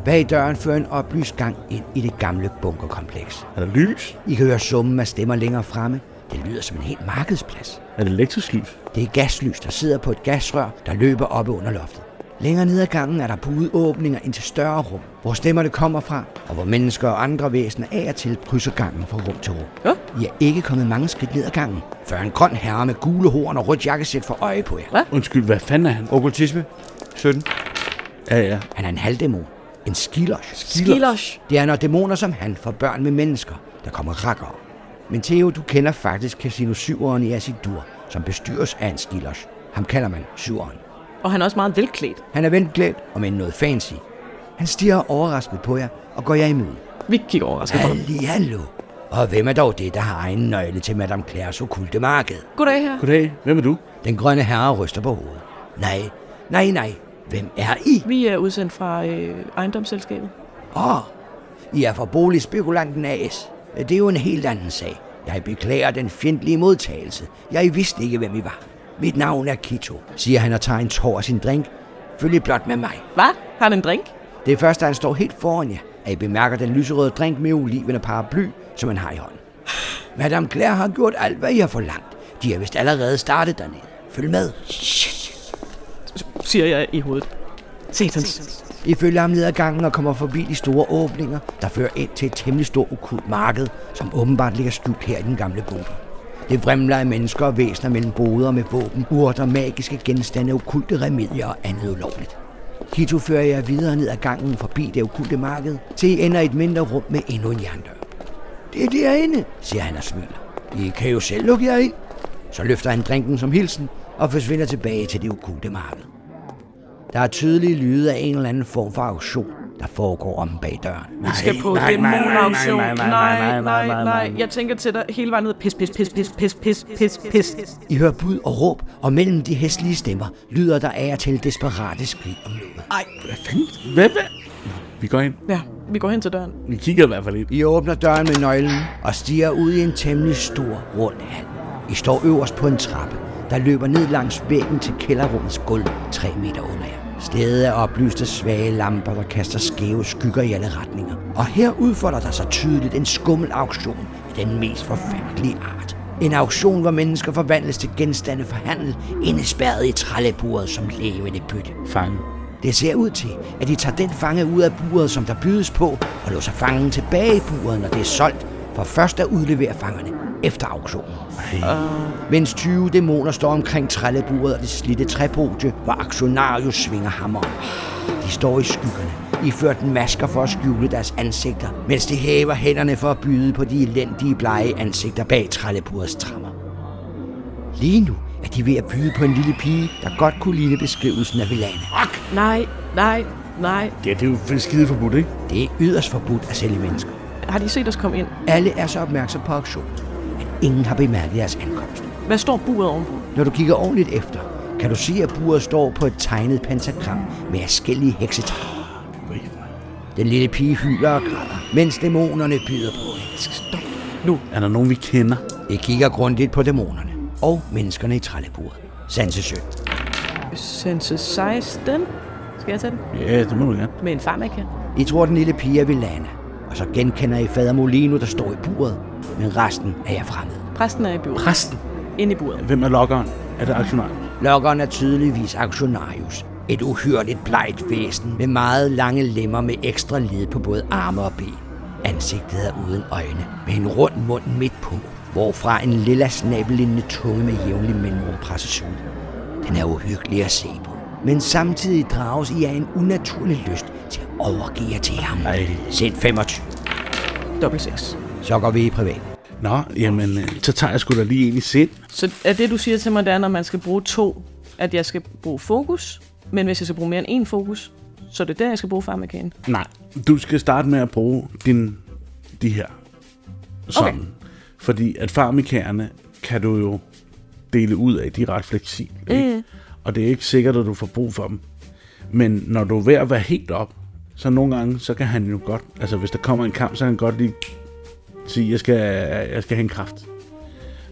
S1: Bag døren fører en oplyst gang ind i det gamle bunkerkompleks.
S3: Er der lys?
S1: I kan høre summen af stemmer længere fremme. Det lyder som en helt markedsplads.
S3: Er det elektrisk lys?
S1: Det er gaslys, der sidder på et gasrør, der løber op under loftet. Længere ned ad gangen er der budåbninger ind til større rum, hvor stemmerne kommer fra, og hvor mennesker og andre væsener af og til krydser gangen fra rum til rum.
S2: Hå?
S1: I er ikke kommet mange skridt ned ad gangen, før en grøn herre med gule horn og rødt jakkesæt får øje på jer.
S3: Undskyld, hvad fanden er han?
S6: Okkultisme. 17.
S3: Ja, ja.
S1: Han er en halvdæmon. En skilosh.
S2: Skilosh.
S1: Det er, når dæmoner som han får børn med mennesker, der kommer rakker. Men Theo, du kender faktisk Casino 7'eren i Asidur, som bestyres af en skilosh. Ham kalder man 7'eren.
S2: Og han er også meget velklædt.
S1: Han er velklædt, om end noget fancy. Han stiger overrasket på jer og går jer imod.
S2: Vi kigger overrasket på ham.
S1: Halli, hallo. Og hvem er dog det, der har egen nøgle til Madame Claires okulte marked?
S2: Goddag her.
S3: Goddag, hvem er du?
S1: Den grønne herre ryster på hovedet. Nej, nej, nej. Hvem er I?
S2: Vi er udsendt fra øh, ejendomsselskabet.
S1: Åh, I er fra boligspekulanten AS. Det er jo en helt anden sag. Jeg beklager den fjendtlige modtagelse. Jeg vidste ikke, hvem I var. Mit navn er Kito, siger han og tager en tår af sin drink. Følg blot med mig.
S2: Hvad? Har han en drink?
S1: Det er først, da han står helt foran jer, at I bemærker den lyserøde drink med oliven og paraply, som han har i hånden. Madame Claire har gjort alt, hvad I har forlangt. De har vist allerede startet dernede. Følg med.
S2: Siger jeg i hovedet. Satans.
S1: I følger ham ned ad gangen og kommer forbi de store åbninger, der fører ind til et temmelig stort okult marked, som åbenbart ligger skjult her i den gamle bunker. Det vrimler af mennesker og væsener mellem boder med våben, urter, magiske genstande, okulte remedier og andet ulovligt. Kito fører jer videre ned ad gangen forbi det okulte marked, til I ender i et mindre rum med endnu en jerndør. Det er derinde, siger han og smiler. I kan jo selv lukke jer ind. Så løfter han drinken som hilsen og forsvinder tilbage til det okulte marked. Der er tydelige lyde af en eller anden form for auktion, der foregår om bag døren.
S2: Vi skal på
S3: nej, nej, nej,
S2: dæmonauktion.
S3: nej,
S2: Nej, nej,
S3: nej, nej, nej, nej, nej,
S2: nej,
S3: nej.
S2: nej. Jeg tænker til dig hele vejen ned. Pis, pis, pis, pis, pis, pis, pis, pis.
S1: I hører bud og råb, og mellem de hæslige stemmer lyder der af og til desperate skrig om noget.
S3: Hvad fanden? Hvad? hvad? Nå, Vi går ind.
S2: Ja, vi går hen til døren.
S3: Vi kigger i hvert fald ind.
S1: I åbner døren med nøglen og stiger ud i en temmelig stor, rund hal. I står øverst på en trappe, der løber ned langs væggen til kælderrummets gulv, tre meter under jer. Stedet er oplyst af svage lamper, der kaster skæve skygger i alle retninger. Og her udfolder der sig tydeligt en skummel auktion af den mest forfærdelige art. En auktion, hvor mennesker forvandles til genstande for handel, indespærret i trælleburet som levende bytte.
S3: Fange.
S1: Det ser ud til, at de tager den fange ud af buret, som der bydes på, og låser fangen tilbage i buret, når det er solgt, for først at udlevere fangerne efter auktionen. Øh. Mens 20 dæmoner står omkring trælleburet og det slidte træpodie, hvor aktionarius svinger hammeren. De står i skyggerne, iført masker for at skjule deres ansigter, mens de hæver hænderne for at byde på de elendige blege ansigter bag trælleburets trammer. Lige nu er de ved at byde på en lille pige, der godt kunne ligne beskrivelsen af Vilana.
S2: Nej, nej, nej.
S3: Ja, det er jo skide forbudt, ikke?
S1: Det er yderst forbudt at sælge mennesker.
S2: Har de set os komme ind?
S1: Alle er så opmærksom på auktionen, at ingen har bemærket jeres ankomst.
S2: Hvad står buret ovenpå?
S1: Når du kigger ordentligt efter, kan du se, at buret står på et tegnet pentagram med forskellige heksetræk. Den lille pige hylder og græder, mens dæmonerne byder på hende.
S3: Er der nogen, vi kender?
S1: I kigger grundigt på dæmonerne og menneskerne i trælleburet. Sansesøn.
S2: Sense 16. Skal jeg tage den?
S3: Ja, det må du gerne.
S2: Med en farmaka.
S1: I tror, den lille pige er Vilana, og så genkender I fader Molino, der står i buret, men resten er jeg fremmede.
S2: Præsten er i buret.
S3: Præsten.
S2: Inde i buret.
S3: Hvem er lokkeren? Er det aktionæren?
S1: Lokkeren er tydeligvis aktionarius. Et uhyrligt blegt væsen med meget lange lemmer med ekstra led på både arme og ben. Ansigtet er uden øjne, med en rund mund midt på, hvorfra en lilla snabellignende tunge med jævnlig mellemrum presses ud. Den er uhyggelig at se på, men samtidig drages I af en unaturlig lyst til at overgive jer til ham.
S3: Ej.
S1: Sæt 25.
S2: Dobbelt 6.
S1: Så går vi i privat.
S3: Nå, jamen, øh, så tager jeg sgu da lige en i sind.
S2: Så er det, du siger til mig, det er, når man skal bruge to, at jeg skal bruge fokus, men hvis jeg skal bruge mere end én fokus, så er det der, jeg skal bruge farmakagen.
S3: Nej, du skal starte med at bruge din, de her sådan. Okay. Fordi at farmikærerne kan du jo dele ud af, de er ret fleksible. Ikke?
S2: Øh.
S3: Og det er ikke sikkert, at du får brug for dem. Men når du er ved at være helt op, så nogle gange, så kan han jo godt, altså hvis der kommer en kamp, så kan han godt lige sige, jeg skal, jeg skal have en kraft. Hvis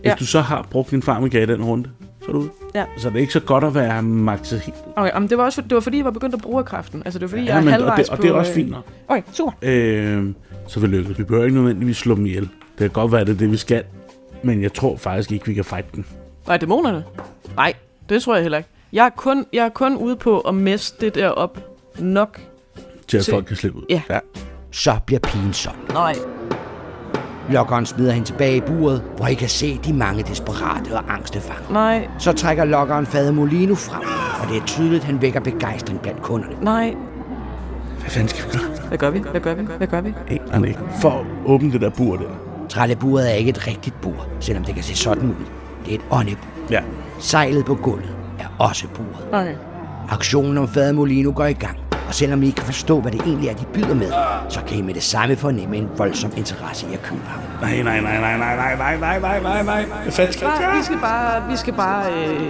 S2: Ja.
S3: du så har brugt din farmika i den runde, så er du ude.
S2: Ja.
S3: Så det er ikke så godt at være maxet helt.
S2: Okay, men det var også det var fordi, jeg var begyndt at bruge af kraften. Altså, det var fordi, jeg er
S3: men, og,
S2: halvvejs
S3: det, og det er
S2: på,
S3: også
S2: øh,
S3: fint nok.
S2: Okay, super.
S3: øh, så vi lykkes. Vi behøver ikke nødvendigvis slå dem ihjel. Det kan godt være, det er det, vi skal. Men jeg tror faktisk ikke, vi kan fight den.
S2: Nej, dæmonerne? Nej, det tror jeg heller ikke. Jeg er kun, jeg er kun ude på at messe det der op nok.
S3: Til at
S2: Se.
S3: folk kan slippe ud.
S2: Ja.
S3: ja.
S1: Så bliver pigen solgt.
S2: Nej.
S1: Lokkeren smider hende tilbage i buret, hvor I kan se de mange desperate og angste fanger.
S2: Nej,
S1: Så trækker lokkeren Fademolino frem, og det er tydeligt, at han vækker begejstring blandt kunderne.
S2: nej.
S3: Hvad fanden skal vi gøre?
S2: Hvad gør vi? Hvad gør vi? Hvad gør vi?
S3: Aner ikke. For at åbne det der bur der.
S1: Trælleburet er ikke et rigtigt bur, selvom det kan se sådan ud. Det er et åndebur.
S3: Ja.
S1: Sejlet på gulvet er også buret.
S2: Okay.
S1: Aktionen om Fademolino går i gang, og selvom I ikke kan forstå, hvad det egentlig er, de byder med, så kan I med det samme fornemme en voldsom interesse i at købe ham.
S3: Nej, nej, nej, nej, nej, nej, nej, nej, nej, nej, nej, nej. Hvad fanden skal vi
S2: Nej, vi
S3: gøre?
S2: skal bare, vi skal bare, øh,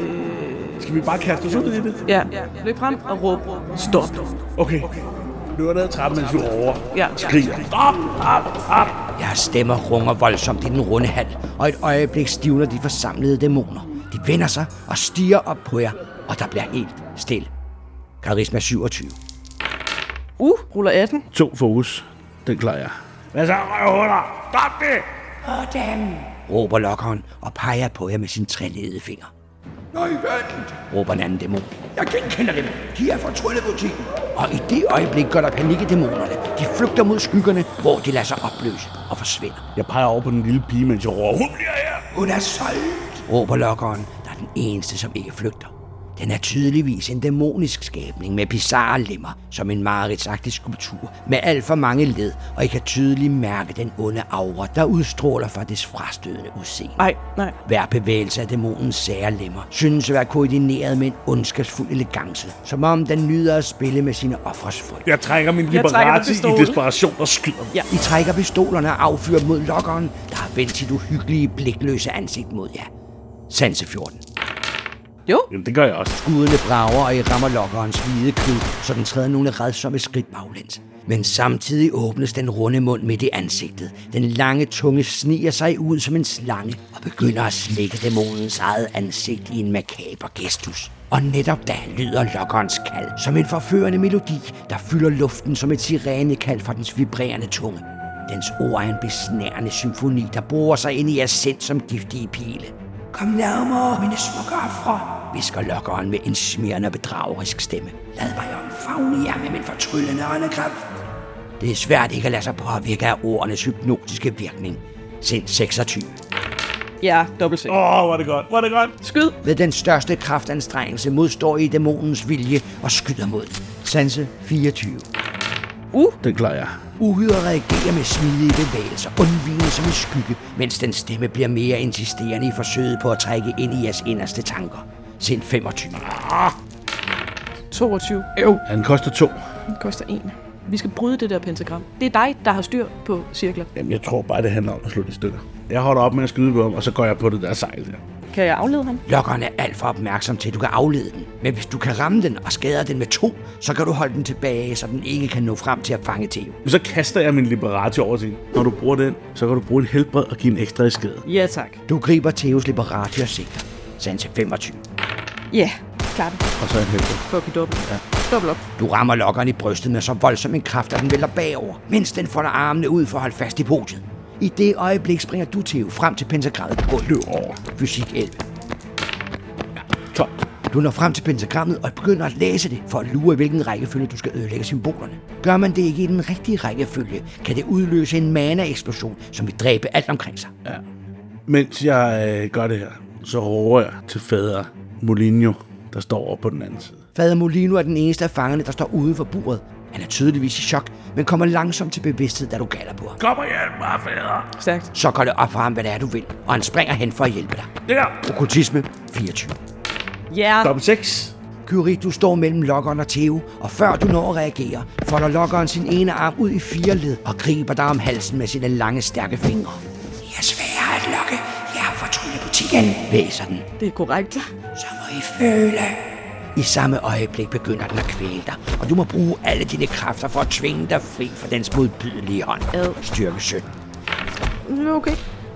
S3: Skal vi bare kaste os ud i det?
S2: ja, løb frem og råb, stop.
S3: Okay. Løber ned ad trappen, mens vi over.
S2: Ja.
S3: Skriger. Stop! Stop! Stop!
S1: Jeres stemmer runger voldsomt i den runde hal, og et øjeblik stivner de forsamlede dæmoner. De vender sig og stiger op på jer, og der bliver helt stille. Karisma 27.
S2: Uh, ruller 18.
S3: To fokus. Den klarer jeg. Hvad så, røvhuller? Stop det!
S1: Råber lokkeren og peger på jer med sin trælede finger. Nøj, vent! Råber en anden dæmon. Jeg genkender dem. De er fra Tryllebutikken. Og i det øjeblik går der panik i dæmonerne. De flygter mod skyggerne, hvor de lader sig opløse og forsvinder.
S3: Jeg peger over på den lille pige, mens jeg råber. Hun bliver her!
S1: Hun er solgt! Råber lokkeren, der er den eneste, som ikke flygter. Den er tydeligvis en dæmonisk skabning med bizarre lemmer, som en mareridtsagtig skulptur, med alt for mange led, og I kan tydeligt mærke den onde aura, der udstråler fra dets frastødende udseende.
S2: Nej, nej.
S1: Hver bevægelse af dæmonens sære lemmer synes at være koordineret med en ondskabsfuld elegance, som om den nyder at spille med sine offers frygt.
S3: Jeg trækker min
S2: Jeg trækker min
S3: Liberati i
S2: pistol.
S3: desperation og skyder dem.
S1: I trækker pistolerne og affyrer dem mod lokkeren, der har vendt sit uhyggelige, blikløse ansigt mod jer. Sanse 14.
S2: Jo,
S3: Jamen, det gør jeg også.
S1: Skuddene brager, og I rammer lokkerens hvide klud, så den træder nogle redsomme skridt baglæns. Men samtidig åbnes den runde mund midt i ansigtet. Den lange tunge sniger sig ud som en slange og begynder at slikke dæmonens eget ansigt i en makaber gestus. Og netop da lyder lokkerens kald som en forførende melodi, der fylder luften som et sirenekald fra dens vibrerende tunge. Dens ord er en besnærende symfoni, der borer sig ind i jeres sind som giftige pile. Kom nærmere, mine smukke ofre, visker lokkeren med en smirrende og bedragerisk stemme. Lad mig omfavne jer med min fortryllende åndekraft. Det er svært ikke at lade sig påvirke af ordenes hypnotiske virkning. Sind 26.
S2: ja, dobbelt seks.
S3: Åh, oh, hvor er det godt. Hvor er det godt.
S2: Skyd.
S1: Ved den største kraftanstrengelse modstår I dæmonens vilje og skyder mod den. Sanse 24.
S3: Den klarer jeg.
S1: Uhyret reagerer med smidige bevægelser, undvigende som en skygge, mens den stemme bliver mere insisterende i forsøget på at trække ind i jeres inderste tanker. Sind 25.
S2: 22. Jo.
S3: Han koster to.
S2: Det koster 1. Vi skal bryde det der pentagram. Det er dig, der har styr på cirkler.
S3: Jamen, jeg tror bare, det handler om at slå det i stykker. Jeg holder op med at skyde på ham, og så går jeg på det der sejl der.
S2: Kan jeg aflede ham?
S1: Lokkeren er alt for opmærksom til, at du kan aflede den. Men hvis du kan ramme den og skade den med to, så kan du holde den tilbage, så den ikke kan nå frem til at fange Theo.
S3: Men så kaster jeg min Liberati over til hende. Når du bruger den, så kan du bruge et helbred og give en ekstra i skade.
S2: Ja, tak.
S1: Du griber Theos liberati og sigter. Sand til 25.
S2: Ja, klar det.
S3: Og så en helbred.
S2: Fuck i dobbelt. Ja. Dobbelt op.
S1: Du rammer lokkeren i brystet med så voldsom en kraft, at den vælter bagover, mens den folder armene ud for at holde fast i podiet. I det øjeblik springer du, Theo, frem til pentagrammet på gulvet. Løb over. Fysik 11.
S3: 12.
S1: Du når frem til pentagrammet og begynder at læse det, for at lure, i hvilken rækkefølge du skal ødelægge symbolerne. Gør man det ikke i den rigtige rækkefølge, kan det udløse en mana-eksplosion, som vil dræbe alt omkring sig.
S3: Mens jeg øh, gør det her, så råber jeg til fader Molinio, der står over på den anden side.
S1: Fader Molino er den eneste af fangerne, der står uden for buret. Han er tydeligvis i chok, men kommer langsomt til bevidsthed, da du kalder på ham.
S6: Kom og hjælp mig, fader.
S2: Stærkt.
S1: Så går det op for ham, hvad det er, du vil, og han springer hen for at hjælpe dig.
S6: Der.
S1: Okkultisme 24.
S2: Ja, yeah.
S6: Dobbelt 6.
S1: Kyrie, du står mellem lokkeren og Theo, og før du når at reagere, folder lokkeren sin ene arm ud i fire led og griber dig om halsen med sine lange, stærke fingre. Jeg er sværere at lokke. Jeg er fra tryllebutikken, væser den.
S2: det er korrekt.
S1: Så må I føle. I samme øjeblik begynder den at kvæle dig, og du må bruge alle dine kræfter for at tvinge dig fri fra dens modbydelige hånd.
S2: Ad.
S1: Styrke 17.
S2: Mm, Okay.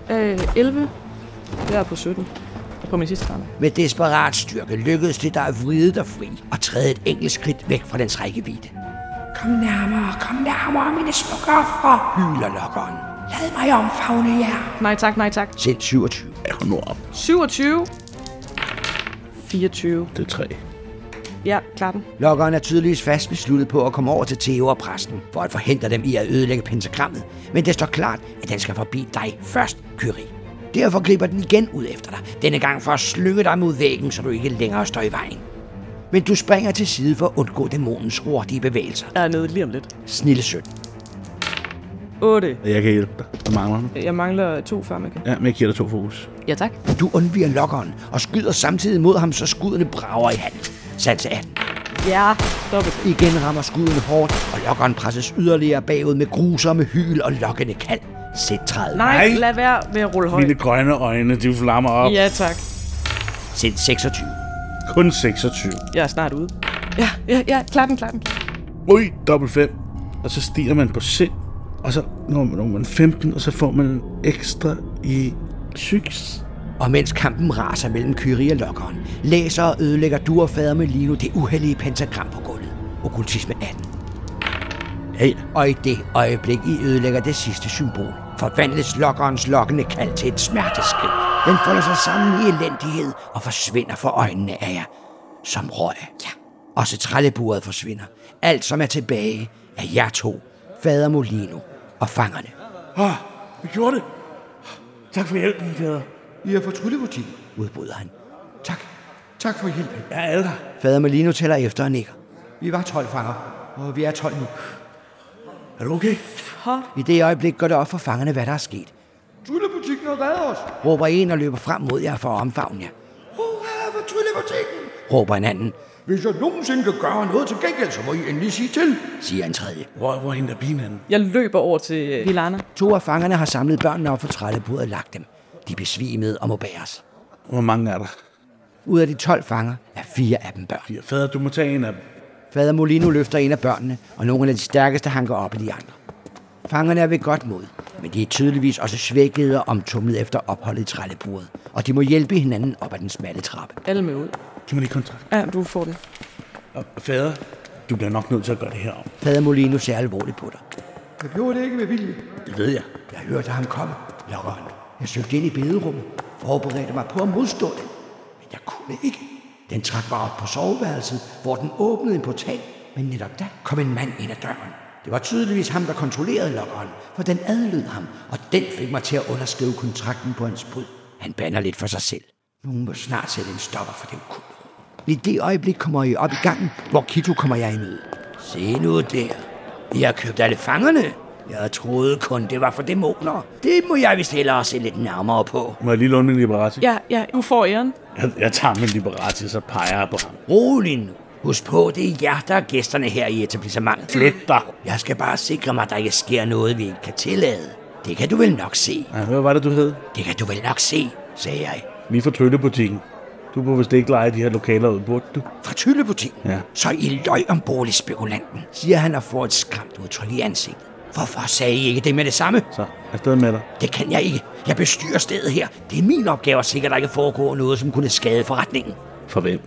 S2: Øh, 11. Jeg er på 17. På min sidste ramme.
S1: Med desperat styrke lykkedes det dig at vride dig fri og træde et enkelt skridt væk fra dens rækkevidde. Kom nærmere, kom nærmere, mine smukke ofre, hyler lokkeren. Lad mig omfavne jer.
S2: Nej tak, nej tak.
S1: Sind 27.
S3: Er hun nu op?
S2: 27. 24.
S3: Det er tre.
S2: Ja, klar den.
S1: Lokkeren er tydeligvis fast besluttet på at komme over til Theo og præsten, for at forhindre dem i at ødelægge pentagrammet, men det står klart, at den skal forbi dig først, Kyrie. Derfor griber den igen ud efter dig, denne gang for at slynge dig mod væggen, så du ikke længere står i vejen. Men du springer til side for at undgå dæmonens hurtige bevægelser.
S2: Jeg er nede lige om lidt.
S1: Snille søn.
S2: 8.
S3: Jeg kan hjælpe dig. Der mangler mig.
S2: Jeg mangler to før, man kan.
S3: Ja, men jeg giver dig to fokus.
S2: Ja, tak.
S1: Du undviger lokkeren og skyder samtidig mod ham, så skuddene brager i handen. Sats 18.
S2: Ja, dobbelt.
S1: Igen rammer skuddene hårdt, og lokkeren presses yderligere bagud med grusomme hyl og lokkende kald. Sæt 30.
S2: Nej,
S3: Nej.
S2: lad være med at rulle højt.
S3: Mine grønne øjne, de flammer op.
S2: Ja, tak.
S1: Sæt 26.
S3: Kun 26.
S2: Jeg er snart ude. Ja, ja, ja, klar den, klar den.
S3: Ui, dobbelt 5. Og så stiger man på sind. Og så når man, når man 15, og så får man en ekstra i psyks.
S1: Og mens kampen raser mellem Kyrie og lokkeren, læser og ødelægger du og fader med Lino det uheldige pentagram på gulvet. Okkultisme 18. Hey. Og i det øjeblik, I ødelægger det sidste symbol, forvandles lokkerens lokkende kald til et smerteskrig. Den folder sig sammen i elendighed og forsvinder for øjnene af jer. Som røg. Ja. Også trælleburet forsvinder. Alt, som er tilbage, er jer to, fader Molino og fangerne.
S6: Ah, vi gjorde det. Tak for hjælpen, fader.
S1: I er fra tryllebutikken, udbryder han. Tak. Tak for hjælpen.
S6: Jeg er der.
S1: Fader Molino tæller efter og nikker. Vi var 12 fanger, og vi er 12 nu.
S6: Er du okay?
S1: I det øjeblik går det op for fangerne, hvad der er sket.
S5: Tryllebutikken har reddet os.
S1: Råber en og løber frem mod jer for at omfavne jer.
S5: Hurra for tryllebutikken.
S1: Råber en anden,
S5: Hvis jeg nogensinde kan gøre noget til gengæld, så må I endelig sige til.
S1: siger en tredje.
S3: Hvor, hvor er hende der pigen henne?
S2: Jeg løber over til øh, Vilana.
S1: To af fangerne har samlet børnene op for trællebordet og lagt dem. De er besvimede og må bæres.
S3: Hvor mange er der?
S1: Ud af de 12 fanger er fire af dem børn.
S3: Fire. Fader, du må tage en af dem.
S1: Fader Molino løfter en af børnene, og nogle af de stærkeste hanker op i de andre. Fangerne er ved godt mod, men de er tydeligvis også svækkede og omtumlet efter opholdet i trællebordet, og de må hjælpe hinanden op ad den smalle trappe.
S2: Alle med ud.
S3: Giv mig lige kontrakt.
S2: Ja, du får den.
S3: Og fader, du bliver nok nødt til at gøre det her om.
S1: Fader Molino ser alvorligt på dig.
S5: Jeg gjorde det ikke med vilje.
S3: Det ved jeg.
S1: Jeg hørte ham komme, lokkeren. Jeg søgte ind i bederummet, forberedte mig på at modstå den, men jeg kunne ikke. Den trak mig op på soveværelset, hvor den åbnede en portal, men netop da kom en mand ind ad døren. Det var tydeligvis ham, der kontrollerede lokkeren, for den adlød ham, og den fik mig til at underskrive kontrakten på hans bryd. Han banner lidt for sig selv. Nogen må snart sætte en stopper for det ukulte. I det øjeblik kommer I op i gangen, hvor Kito kommer jeg i møde. Se nu der. I har købt alle fangerne. Jeg troede kun, det var for dæmoner. Det må jeg vist hellere se lidt nærmere på.
S3: Må jeg lige låne min Liberati?
S2: Ja, ja, du får æren.
S3: Jeg, jeg tager min Liberati, så peger jeg på ham.
S1: Rolig nu. Husk på, det er jer, der er gæsterne her i etablissementet.
S3: Flyt dig!
S1: Jeg skal bare sikre mig, at der ikke sker noget, vi ikke kan tillade. Det kan du vel nok se.
S3: Ja, hvad var det, du hed?
S1: Det kan du vel nok se, sagde jeg.
S3: Lige fra Tøllebutikken. Du må vist ikke lege de her lokaler ud, burde du?
S1: Fra Tyllebutikken.
S3: Ja.
S1: Så I løg om boligspekulanten, siger han og får et skræmt udtryk i ansigtet. Hvorfor sagde I ikke det med det samme?
S3: Så, afsted med dig.
S1: Det kan jeg ikke. Jeg bestyrer stedet her. Det er min opgave at sikre, at der ikke foregår noget, som kunne skade forretningen.
S3: For hvem?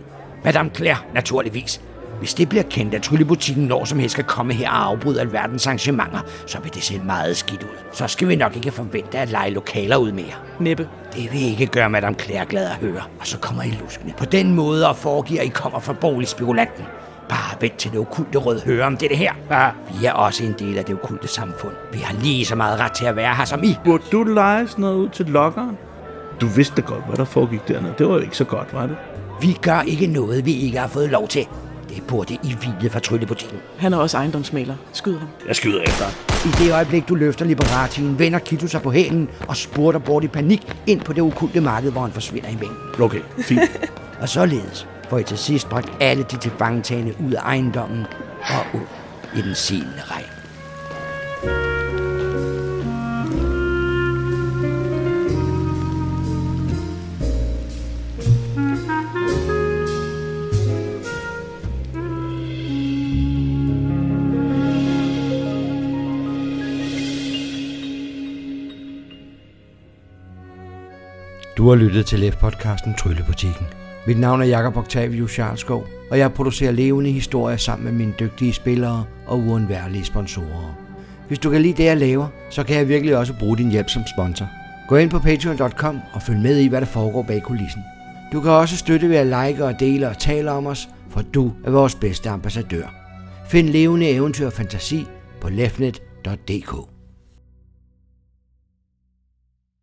S1: Madame Claire, naturligvis. Hvis det bliver kendt, at tryllebutikken når som helst skal komme her og afbryde alverdens arrangementer, så vil det se meget skidt ud. Så skal vi nok ikke forvente at lege lokaler ud mere.
S2: Næppe.
S1: Det vil ikke gøre Madame Claire glad at høre. Og så kommer I luskende på den måde og foregiver, at I kommer fra boligspekulanten. Bare vent til det okulte rød hører om det her.
S3: Ja.
S1: Vi er også en del af det okulte samfund. Vi har lige så meget ret til at være her som I.
S3: Burde du lege sådan noget ud til lokkeren? Du vidste da godt, hvad der foregik dernede. Det var jo ikke så godt, var det?
S1: Vi gør ikke noget, vi ikke har fået lov til. Det burde I hvile fra tryllebutikken.
S2: Han er også ejendomsmaler. Skyd ham.
S3: Jeg skyder efter.
S1: I det øjeblik, du løfter liberatien, vender Kito sig på hælen og spurter bort i panik ind på det okulte marked, hvor han forsvinder i mængden.
S3: Okay, fint.
S1: Og således får I til sidst bragt alle de tilfangetagende ud af ejendommen og ud i den silende regn. Du har lyttet til LEF-podcasten Tryllebutikken. Mit navn er Jakob Octavius Charleskov, og jeg producerer levende historier sammen med mine dygtige spillere og uundværlige sponsorer. Hvis du kan lide det, jeg laver, så kan jeg virkelig også bruge din hjælp som sponsor. Gå ind på patreon.com og følg med i, hvad der foregår bag kulissen. Du kan også støtte ved at like og dele og tale om os, for du er vores bedste ambassadør. Find levende eventyr og fantasi på lefnet.dk.